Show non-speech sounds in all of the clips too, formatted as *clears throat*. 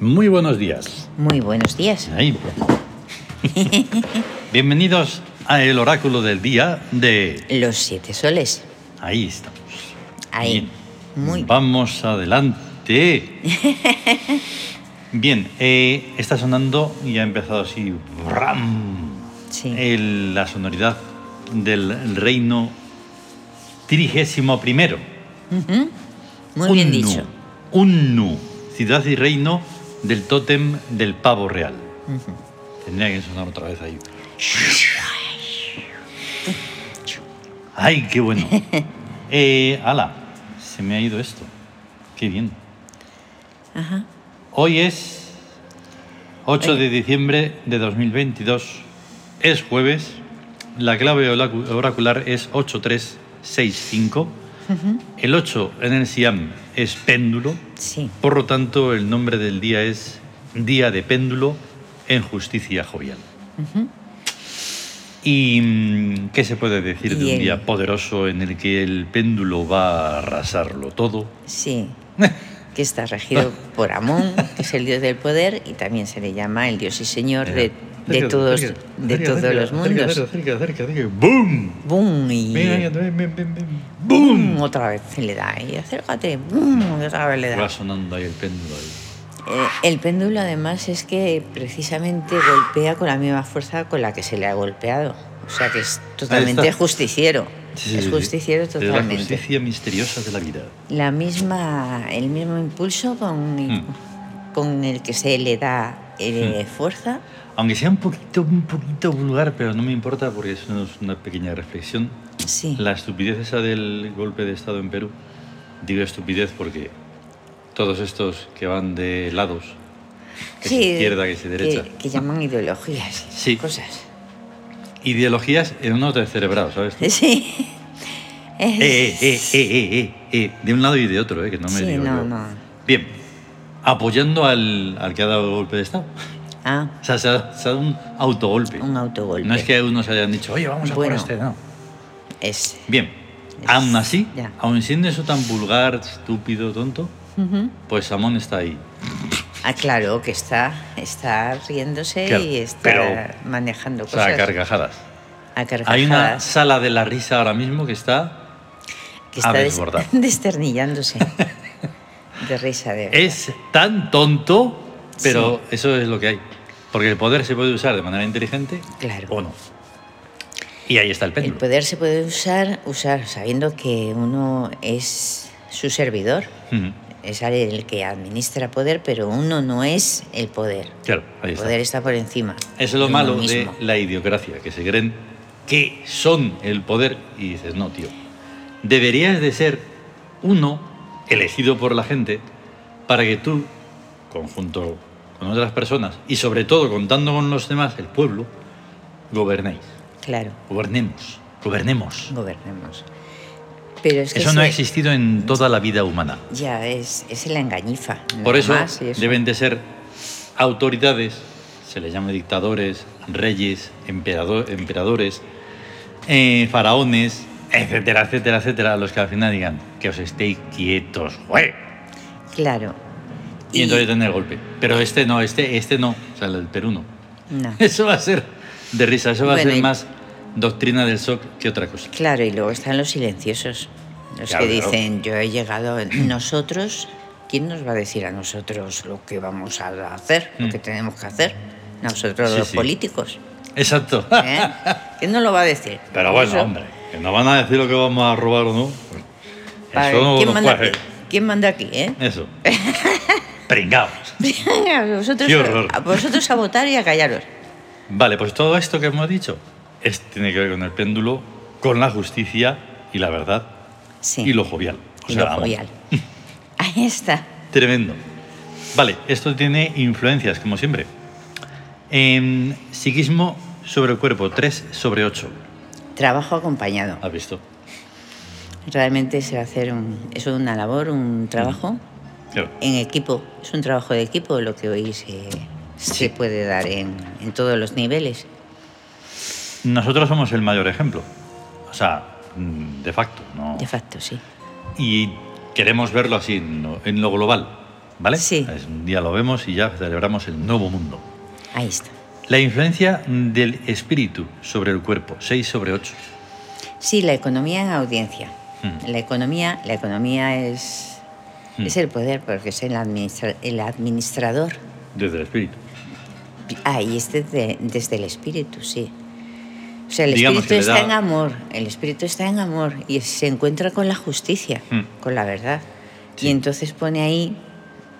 Muy buenos días. Muy buenos días. *laughs* Ahí. Bienvenidos a el oráculo del día de... Los siete soles. Ahí estamos. Ahí. Bien. Muy Vamos *laughs* adelante. Bien, eh, está sonando y ha empezado así... ¡bram! Sí. Eh, el- la sonoridad del reino trigésimo primero. Muy bien Unnu. dicho. Unnu, ciudad y reino del tótem del pavo real. Tendría que sonar otra vez *laughs* ahí. ¡Ay, qué *laughs* bueno! Eh, ala, se me ha ido esto. ¡Qué bien! Ajá. Hoy es 8 de diciembre de 2022. Es jueves. La clave oracu- oracular es 8365. El 8 en el Siam es péndulo. Sí. Por lo tanto, el nombre del día es Día de Péndulo en Justicia Jovial. ¿Y mm, qué se puede decir de Y un el- día poderoso en el que el péndulo va a arrasarlo todo? *laughs* Sí. Que está regido por Amón, que es el dios del poder, y también se le llama el dios y señor de, de Cerca, todos, cerca, de cerca, todos cerca, los cerca, mundos. cerca, cerca, cerca, cerca. ¡Bum! Boom, y Ven, ahí, ven, ven, ven, ven. ¡Bum! boom, otra vez se le da. Y acércate, boom, y otra vez le da. Va sonando ahí el péndulo. ahí. Eh, el péndulo además es que precisamente golpea con la misma fuerza con la que se le ha golpeado. O sea que es totalmente está. justiciero. Sí, sí, es sí. justiciero Es La totalmente. justicia misteriosa de la vida. la misma, el mismo impulso con, Mm. con el que se le da Hmm. eh, fuerza. Aunque sea un poquito, un poquito vulgar, pero no me importa porque es una- es una pequeña reflexión. Sí, La estupidez esa del golpe de Estado en Perú, digo estupidez porque todos estos que van de lados, que Sí, se izquierda, que se derecha, Que, llaman ideologías, esas Sí. cosas. *laughs* ideologías en unos descerebrados, ¿sabes? tú? Sí. Es- eh, eh, eh, eh, eh, eh, de un lado y de otro, eh, que no me Sí, digo no, yo. no. Bien, apoyando al, al que ha dado el golpe de Estado. *laughs* Ah, O sea, se ha, se ha dado un autogolpe. un autogolpe. No es que unos hayan dicho, oye, vamos a Bueno. por este, no. Es- Bien, Es- aún así, ya. aun siendo eso tan vulgar, estúpido, tonto, Ujú. pues Samón está ahí. Ah, claro, que está, está riéndose Claro, y está pero- manejando O sea, cosas. a carcajadas. a Hay una carcajadas, sala de la risa ahora mismo que está... que a está des- desbordar. *laughs* *laughs* desternillándose de risa de verdad. Es tan tonto, pero eso es lo que hay. Porque el poder se puede usar de manera inteligente Claro. o no. Y ahí está el El péndulo. poder se puede usar, usar sabiendo que uno es su servidor, Ujú, es el que administra poder, pero uno no es el poder. Claro, ahí El está. poder está por encima. Eso es lo de uno malo de mismo. la idiocracia, que se creen que son el poder y dices, no, tío, deberías de ser uno elegido por la gente para que tú, conjunto con otras personas y sobre todo contando con los demás, el pueblo, gobernéis, Claro, gobernemos, gobernemos. gobernemos. Pero es que Eso no ha ese- existido en toda la vida humana. Ya, es, es la engañifa. Por nada eso más, y eso. deben de ser autoridades, se les llama dictadores, reyes, emperador- emperadores, eh, faraones, etcétera, etcétera, etcétera, los que al final digan que os estéis quietos, güey. Claro. Y, entonces tener el golpe. Pero este no, este, este no, o sea, el Perú no. *laughs* no. Eso va a ser de risa, eso va a Bueno, ser y- más doctrina del shock que otra cosa. Claro, y luego están los silenciosos, los Claro, que claro. dicen, yo he llegado, *clears throat* nosotros, ¿quién nos va a decir a nosotros lo que vamos a hacer, Mm. lo que tenemos que hacer? Nosotros Sí, los sí. *laughs* políticos. Exacto. ¿eh? ¿Quién nos lo va a decir? *laughs* Pero bueno, Eso, hombre, que no van a decir lo que vamos a robar o no. pues, para- Eso no ¿quién, nos manda cuaje. aquí? ¿Quién manda aquí? *laughs* eh? *laughs* Eso. Pringaos. A vosotros, Qué horror. a, vosotros a votar y a callaros. Vale, pues todo esto que hemos dicho es, tiene que ver con el péndulo, con la justicia y la verdad Sí. y lo jovial. O Y sea, lo vamos, jovial. *laughs* Ahí está. Tremendo. Vale, esto tiene influencias, como siempre. Em, psiquismo sobre el cuerpo, 3 sobre 8. Trabajo acompañado. ¿Has visto? Realmente es hacer un, es una labor, un trabajo. Claro. en equipo. Es un trabajo de equipo lo que hoy se, se puede dar en, en todos los niveles. Nosotros somos el mayor ejemplo. O sea, mm, de facto, ¿no? De facto, sí. Y queremos verlo así, en lo, en lo global. ¿vale? Sí. Es- Un día lo vemos y ya celebramos el nuevo mundo. Ahí está. La influencia del espíritu sobre el cuerpo, 6 sobre 8. Sí, la economía en audiencia. Mm. La economía, la economía es, Mm. es el poder, porque es el, administra- el administrador. Desde el espíritu. Ahí es desde, desde el espíritu, sí. O sea, el Digamos que espíritu le da- está en amor, el espíritu está en amor y se encuentra con la justicia, Mm. con la verdad. Sí. Y entonces pone ahí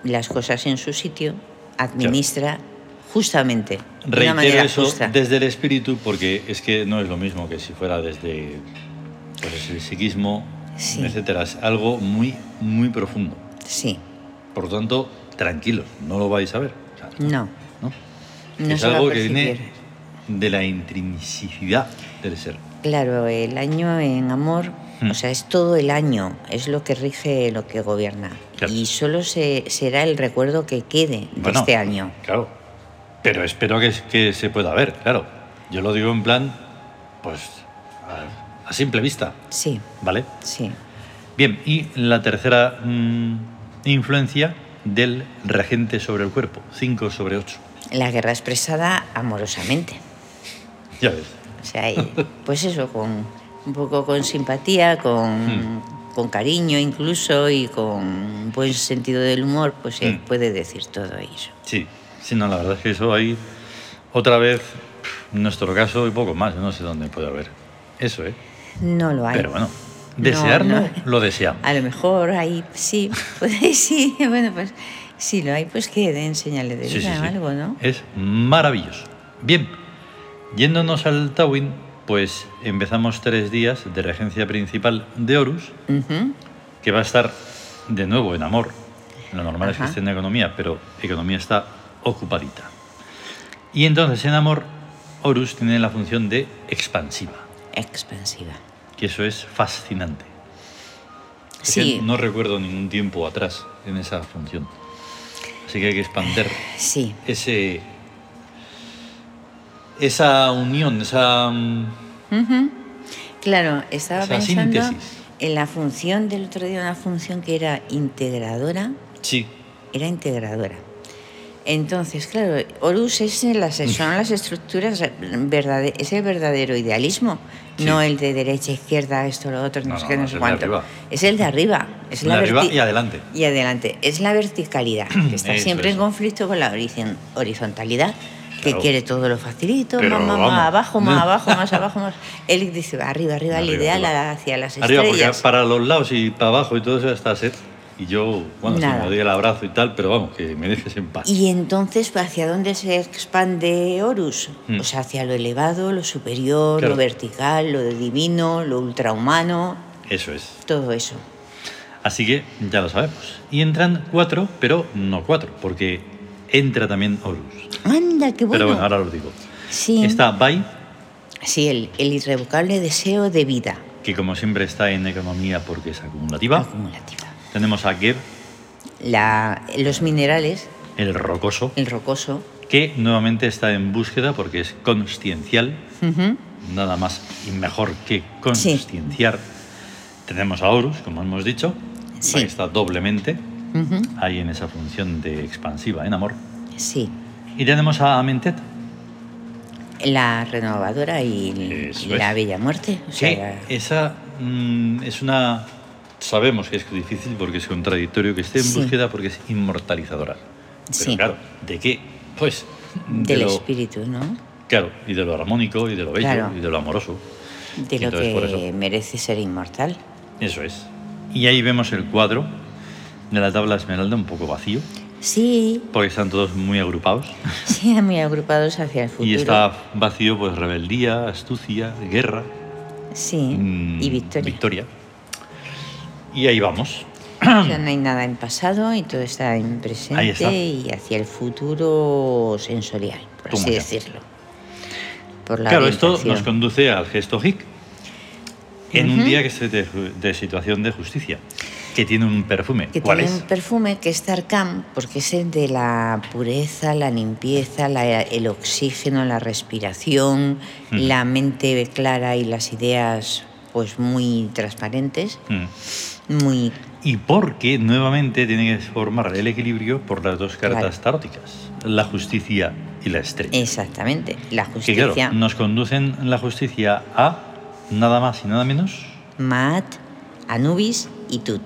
las cosas en su sitio, administra justamente, de una Reitero manera eso justa. desde el espíritu porque es que no es lo mismo que si fuera desde pues, el psiquismo, Sí. etcétera. Es algo muy, muy profundo. Sí, Por lo tanto, tranquilos, no lo vais a ver. O sea, no, ¿no? no es se va a algo que percibir. viene de la intrinsicidad del ser. Claro, el año en amor, Hmm. o sea, es todo el año, es lo que rige, lo que gobierna. Claro. Y solo se, será el recuerdo que quede de Bueno, este año. Claro. Pero espero que, que se pueda ver, claro. Yo lo digo en plan, pues, a, a simple vista, Sí, ¿vale? sí. Bien, y la tercera mm, influencia del regente sobre el cuerpo, 5 sobre 8. La guerra expresada amorosamente. Ya ves. O sea, *laughs* y, pues eso, con un poco con simpatía, con, Hmm. con cariño incluso y con buen sentido del humor, pues se Hmm. puede decir todo eso. Sí, sí, no, la verdad es que eso ahí, otra vez, en nuestro caso y poco más, no sé dónde puede haber. Eso, ¿eh? No lo hay. Pero bueno, desearlo, no. lo deseamos. A lo mejor ahí sí, *laughs* pues, sí, bueno, pues si lo hay, pues que den señales de vida Sí, sí, Eh. o sí. algo, ¿no? Es maravilloso. Bien, yéndonos al Tawin, pues empezamos tres días de regencia principal de Horus, Ujú, que va a estar de nuevo en amor. Lo normal es que Ajá. esté en economía, pero economía está ocupadita. Y entonces en amor, Horus tiene la función de expansiva, Expansiva. que eso es fascinante. Es que Sí, no recuerdo ningún tiempo atrás en esa función. Así que hay que expander sí, ese esa unión, esa mm, claro, estaba Esa pensando síntesis. en la función del otro día, una función que era integradora, sí, era integradora. Entonces, claro, Horus es en las, son las estructuras, verdade- es el verdadero idealismo, Sí. no el de derecha, izquierda, esto, lo otro, no, No, sé no, qué, no, no es sé el de cuánto. arriba. Es el de arriba, es la de arriba verti- y adelante. Y adelante, es *clears throat* la verticalidad, que está Eso, siempre en eso. conflicto con la horizon- horizontalidad, que Claro. quiere todo lo facilito, Pero más, más, vamos. más abajo, más abajo, *laughs* más abajo, más. Él dice arriba, arriba, el Arriba, ideal arriba. hacia las arriba porque estrellas. para los lados y para abajo y todo eso está set. Y yo, bueno, sí, Nada. me doy el abrazo y tal, pero vamos, que me dejes en paz. Y entonces, ¿hacia dónde se expande Horus? Hmm. O sea, hacia lo elevado, lo superior, Claro. lo vertical, lo divino, lo ultrahumano, Eso es. todo eso. Así que ya lo sabemos. Y entran cuatro, pero no cuatro, porque entra también Horus. Anda, qué bueno. Pero bueno, ahora lo digo. sí, Está Bai, sí el, el irrevocable deseo de vida que como siempre está en economía porque es acumulativa. acumulativa. Tenemos a Geb, La, los minerales, el rocoso, el rocoso. que nuevamente está en búsqueda porque es consciencial, Ujú. nada más y mejor que conscienciar. Tenemos a Horus, como hemos dicho, Sí. que está doblemente Ujú. ahí en esa función de expansiva en amor. Sí, Y tenemos a Amentet, la renovadora y l- Eso la es. bella muerte. O que sea, esa mm, es una... Sabemos que es difícil porque es contradictorio que esté en Sí. búsqueda porque es inmortalizadora. Pero Sí. claro, ¿de qué? Pues de del lo- espíritu, ¿no? Claro, y de lo armónico, y de lo bello, Claro. y de lo amoroso. De lo Entonces, por que eso. merece ser inmortal. Eso es. Y ahí vemos el cuadro de la tabla esmeralda un poco vacío, Sí, porque están todos muy agrupados. *laughs* Sí, muy agrupados hacia el futuro. Y está vacío pues rebeldía, astucia, guerra Sí, mm, y victoria. Y ahí vamos. O sea, no hay nada en pasado y todo está en presente Ahí está. y hacia el futuro sensorial, por Toma así ya. decirlo. Por la Claro, esto orientación. nos conduce al gesto hic en un Ujú. día que es de, de situación de justicia, que tiene un perfume. que ¿Cuál tiene es? un perfume que es Tarkam, porque es el de la pureza, la limpieza, la- el oxígeno, la respiración, Ujú. la mente clara y las ideas pues muy transparentes, Mm. muy y porque nuevamente tiene que formar el equilibrio por las dos cartas taróticas, la justicia y la estrella. Exactamente, la Que justicia. claro, nos conducen la justicia a nada más y nada menos. Maat, Anubis y Tut.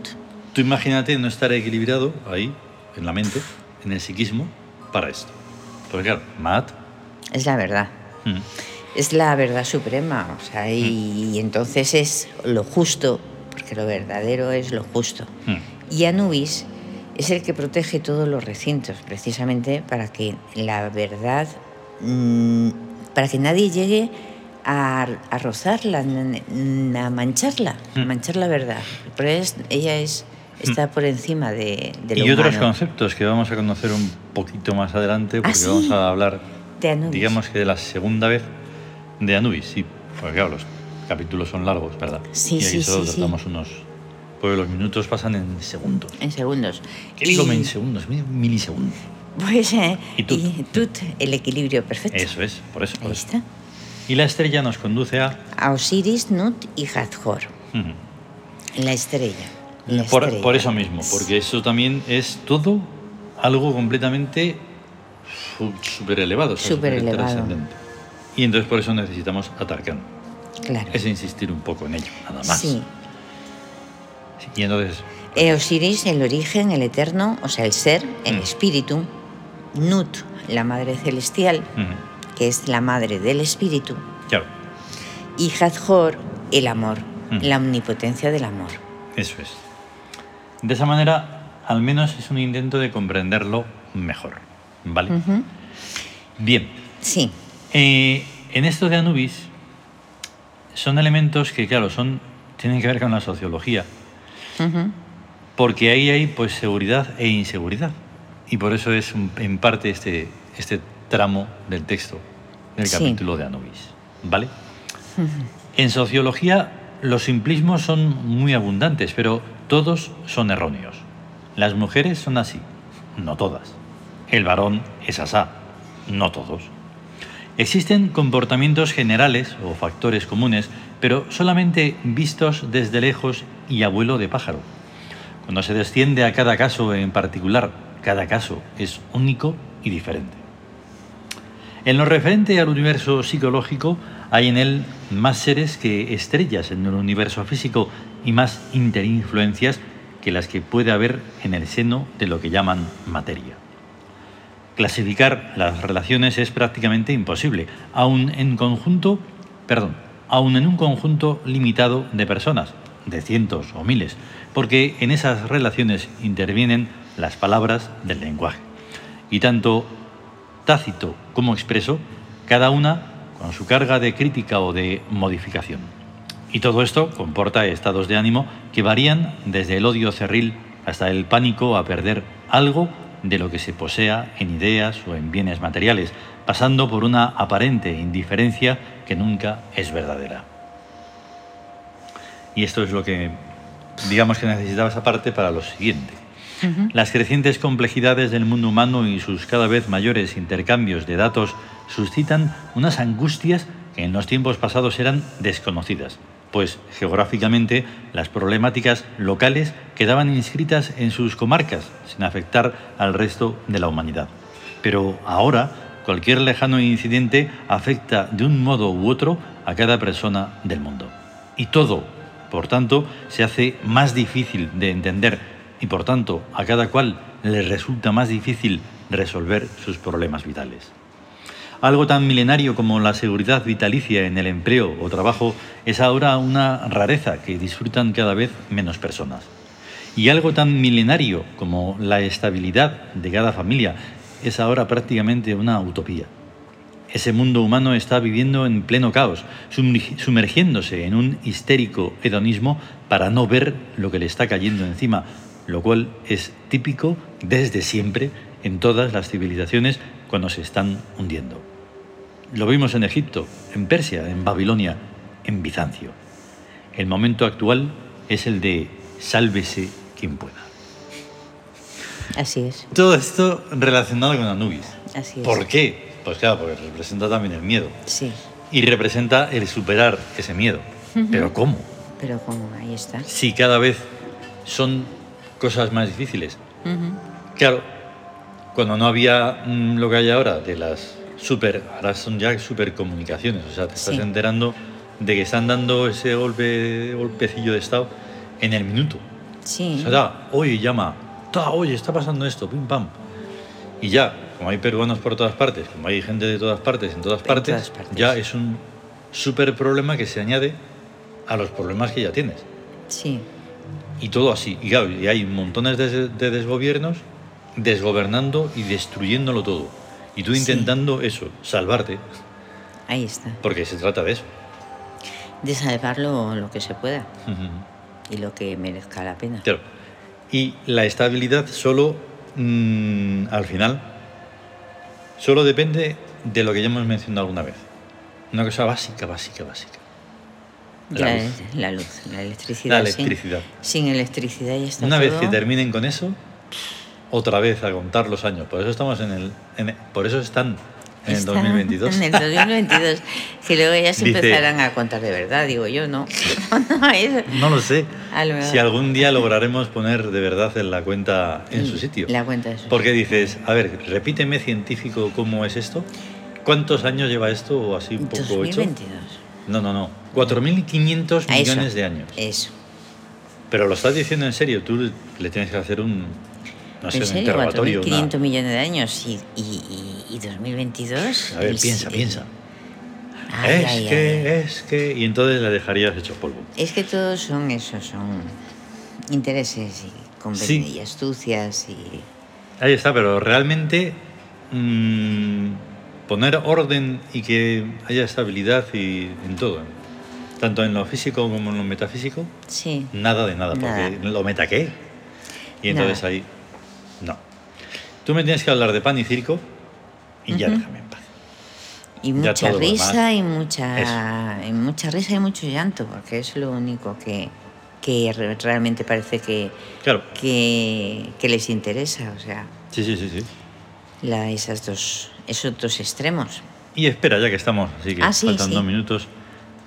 Tú imagínate no estar equilibrado ahí, en la mente, en el psiquismo, para esto. Porque claro, Matt. Es la verdad. mm, Es la verdad suprema. O sea, y, y entonces es lo justo, porque lo verdadero es lo justo. mm, Y Anubis es el que protege todos los recintos, precisamente para que la verdad, mm, para que nadie llegue a, a rozarla, n- n- a mancharla, a Mm. manchar la verdad. Pero es- ella es, está por encima de, de lo Y otros humano, Ah, conceptos que vamos a conocer un poquito más adelante, porque sí. vamos a hablar, de Anubis. digamos que de la segunda vez de Anubis, sí, porque claro, los capítulos son largos, ¿verdad? Sí, y aquí sí, solo sí, sí. tratamos unos. Porque los minutos pasan en segundos. en segundos. ¿Qué digo Y- en segundos? Milisegundos. Pues, eh, Y tut. y tut, el equilibrio perfecto. Eso pues. es, por eso. por Ahí eso. está. Y la estrella nos conduce a. A Osiris, Nut y Hathor, Ujú. la estrella. la Por, estrella. por eso mismo, porque eso también es todo algo completamente súper elevado. Superelevado. Y entonces por eso necesitamos a Tarkan. Claro. Es insistir un poco en ello, nada más. Sí. Sí, Y entonces, E Osiris, el origen, el eterno, o sea, el ser, el Mm. espíritu. Nut, la madre celestial, ujú, que es la madre del espíritu. claro, Y Hathor, el amor, Mm. la omnipotencia del amor. eso es. De esa manera, al menos es un intento de comprenderlo mejor. ¿Vale? Ujú. Bien. Sí, Eh, en esto de Anubis son elementos que, claro, son, tienen que ver con la sociología. Ujú. Porque ahí hay pues seguridad e inseguridad. Y por eso es un- en parte este, este tramo del texto, del Sí. capítulo de Anubis. ¿Vale? En sociología los simplismos son muy abundantes, pero todos son erróneos. Las mujeres son así, no todas. El varón es asá, no todos. Existen comportamientos generales o factores comunes, pero solamente vistos desde lejos y abuelo de pájaro. Cuando se desciende a cada caso en particular, cada caso es único y diferente. En lo referente al universo psicológico, hay en él más seres que estrellas en el universo físico y más interinfluencias que las que puede haber en el seno de lo que llaman materia. Clasificar las relaciones es prácticamente imposible, aun en conjunto, perdón, aun en un conjunto limitado de personas, de cientos o miles, porque en esas relaciones intervienen las palabras del lenguaje. Y tanto tácito como expreso, cada una con su carga de crítica o de modificación. Y todo esto comporta estados de ánimo que varían desde el odio cerril hasta el pánico a perder algo de lo que se posea en ideas o en bienes materiales, pasando por una aparente indiferencia que nunca es verdadera. Y esto es lo que, digamos que necesitaba esa parte para lo siguiente. Las crecientes complejidades del mundo humano y sus cada vez mayores intercambios de datos suscitan unas angustias que en los tiempos pasados eran desconocidas, pues geográficamente las problemáticas locales quedaban inscritas en sus comarcas sin afectar al resto de la humanidad. Pero ahora cualquier lejano incidente afecta de un modo u otro a cada persona del mundo. Y todo por tanto, se hace más difícil de entender y por tanto a cada cual le resulta más difícil resolver sus problemas vitales. Algo tan milenario como la seguridad vitalicia en el empleo o trabajo es ahora una rareza que disfrutan cada vez menos personas. Y algo tan milenario como la estabilidad de cada familia es ahora prácticamente una utopía. Ese mundo humano está viviendo en pleno caos, sumri- sumergiéndose en un histérico hedonismo para no ver lo que le está cayendo encima, lo cual es típico desde siempre en todas las civilizaciones cuando se están hundiendo. Lo vimos en Egipto, en Persia, en Babilonia, en Bizancio. El momento actual es el de sálvese quien pueda. así es. Todo esto relacionado con Anubis. Así es. ¿Por qué? Pues claro, porque representa también el miedo. Sí, Y representa el superar ese miedo. Pero ¿cómo? pero como ahí está. Si cada vez son cosas más difíciles. Claro, cuando no había mm, lo que hay ahora de las super, ahora son ya supercomunicaciones, o sea, te estás Sí. enterando de que están dando ese golpe, golpecillo de estado en el minuto. Sí. O sea, oye, llama, ta, oye, está pasando esto, pim pam. Y ya, como hay peruanos por todas partes, como hay gente de todas partes, en todas En partes, todas partes. ya es un super problema que se añade a los problemas que ya tienes. Sí. Y todo así. Y claro, y hay montones de, des- de desgobiernos desgobernando y destruyéndolo todo. Y tú Sí. intentando eso, salvarte, Ahí está. porque se trata de eso. De salvarlo lo que se pueda *laughs* y lo que merezca la pena. Claro. Y la estabilidad solo, mm, al final, solo depende de lo que ya hemos mencionado alguna vez. Una cosa básica, básica, básica. Ya La es- luz. la luz, la electricidad. La sí. electricidad. Sin, electricidad ya está Una vez que todo. terminen con eso, otra vez a contar los años. Por eso estamos en el, en el- por eso están en el Está 2022. En el 2022. que luego ya se Dice- empezarán a contar de verdad, digo yo, no. *laughs* no es- No lo sé. A lo mejor. Si algún día lograremos poner de verdad en la cuenta en su sitio. La cuenta de su Porque dices, a ver, repíteme científico cómo es esto. ¿Cuántos años lleva esto o así un poco hecho? 2022. No, no, no. 4.500 A eso. Eh. millones de años. Eso. Pero lo estás diciendo en serio. Tú le tienes que hacer un, no sé, ¿En un serio? interrogatorio. 4.500 una- millones de años y, y, y- y 2022. A ver, el- piensa, el- piensa. Ay, es ay, que, ay. es que... Y entonces la dejarías hecho polvo. Es que todos son esos, son intereses y Sí. convenios y astucias y... Ahí está, pero realmente mm, poner orden y que haya estabilidad y en todo, tanto en lo físico como en lo metafísico, Sí. nada de nada, Nada. porque lo meta qué. Y entonces Nada. ahí, no. Tú me tienes que hablar de pan y circo y ya déjame en paz. Y Ya mucha todo lo risa demás. y mucha, y mucha risa y mucho llanto, porque es lo único que, que re- realmente parece que, Claro, que, que les interesa, o sea, sí, sí, sí, sí. la, esas dos, esos dos extremos. Y espera, ya que estamos, así que Ah, sí, faltan sí. dos minutos.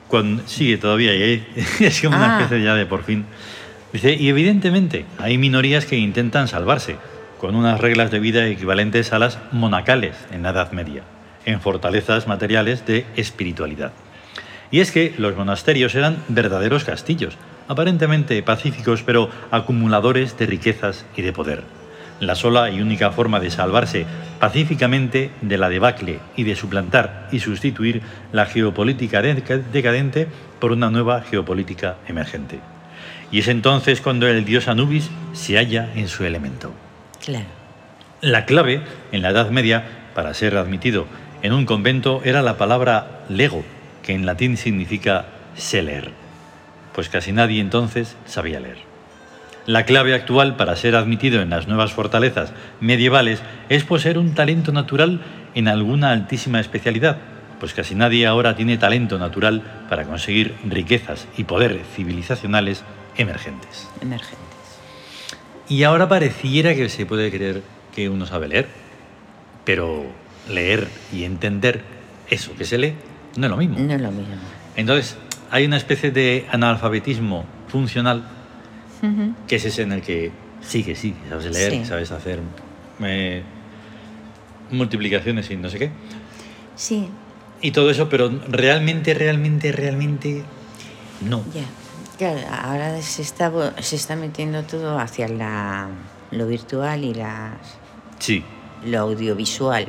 Cuando, sigue todavía y ahí *laughs* es como una Ah. especie ya de por fin. Dice, y evidentemente hay minorías que intentan salvarse con unas reglas de vida equivalentes a las monacales en la Edad Media, en fortalezas materiales de espiritualidad. Y es que los monasterios eran verdaderos castillos, aparentemente pacíficos, pero acumuladores de riquezas y de poder. La sola y única forma de salvarse pacíficamente de la debacle y de suplantar y sustituir la geopolítica deca- decadente por una nueva geopolítica emergente. Y es entonces cuando el dios Anubis se halla en su elemento. Claro. La clave en la Edad Media para ser admitido en un convento era la palabra lego, que en latín significa sé leer, pues casi nadie entonces sabía leer. La clave actual para ser admitido en las nuevas fortalezas medievales es poseer un talento natural en alguna altísima especialidad, pues casi nadie ahora tiene talento natural para conseguir riquezas y poder civilizacionales emergentes. Emergentes. Y ahora pareciera que se puede creer que uno sabe leer, pero leer y entender eso que se lee no es lo mismo. No es lo mismo. Entonces, hay una especie de analfabetismo funcional Ujú. que es ese en el que sí, que sí, que sabes leer, Sí. que sabes hacer eh, multiplicaciones y no sé qué. Sí, Y todo eso, pero realmente, realmente, realmente no. ya. Claro, ahora se está, vo- se está metiendo todo hacia la, lo virtual y las, Sí, lo audiovisual.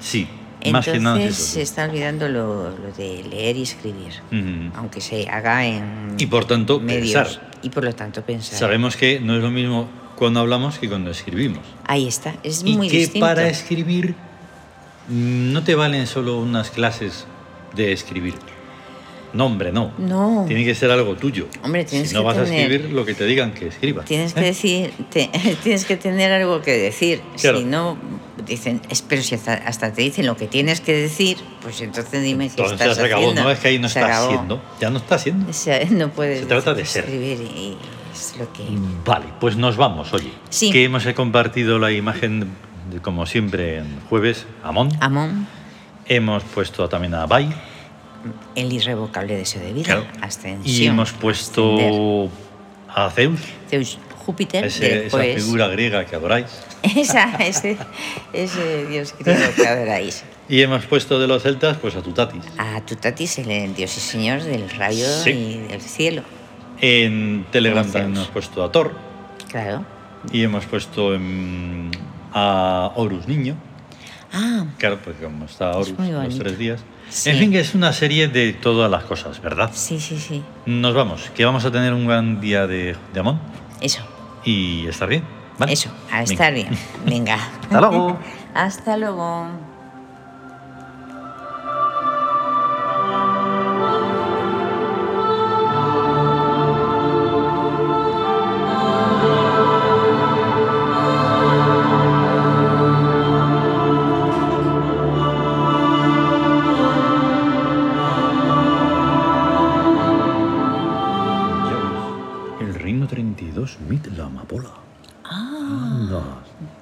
sí, más que Entonces nada es eso. se está olvidando lo, lo de leer y escribir. Ujú. aunque se haga en Y por tanto, medios pensar. y por lo tanto pensar. Sabemos que no es lo mismo cuando hablamos que cuando escribimos. Ahí está, es y muy que distinto. para escribir mm, no te valen solo unas clases de escribir. No, hombre, no. No, Tiene que ser algo tuyo. Hombre, tienes si no que vas a tener- escribir lo que te digan que escribas. tienes ¿eh? que decir, te- *laughs* tienes que tener algo que decir. Claro. Si no dicen, es- pero si hasta, hasta te dicen lo que tienes que decir, pues entonces dime qué Entonces estás se acabó, haciendo. no es que ahí no Se está acabó. haciendo. Ya no está haciendo. O sea, *laughs* no puedes Se trata de ser. decir, escribir y es lo que Vale, pues nos vamos, oye. Sí. Que hemos eh, compartido la imagen, de, como siempre, en jueves, Amón. Amón, Hemos puesto también a Bai. el irrevocable deseo de vida, Claro. abstención. Y hemos puesto Ascender. a Zeus. Zeus, Júpiter Ese- de esa después. figura griega que adoráis. *laughs* Esa, ese, ese dios griego que adoráis. Y hemos puesto de los celtas pues a Tutatis. A Tutatis, el dios y señor del rayo Sí. y del cielo. En Telegram Como también Zeus. hemos puesto a Thor Claro. y hemos puesto em, a Horus Niño. Ah, Claro, porque como está Horus muy los bonito. tres días. Sí. En fin, que es una serie de todas las cosas, ¿verdad? sí, sí, sí. Nos vamos, que vamos a tener un gran día de, de amón Eso, y estar bien. ¿vale? eso. A Venga. estar bien. Venga. *laughs* Hasta luego. *laughs* Hasta luego. Ya ves, El reino 32, mit la amapola. Ah.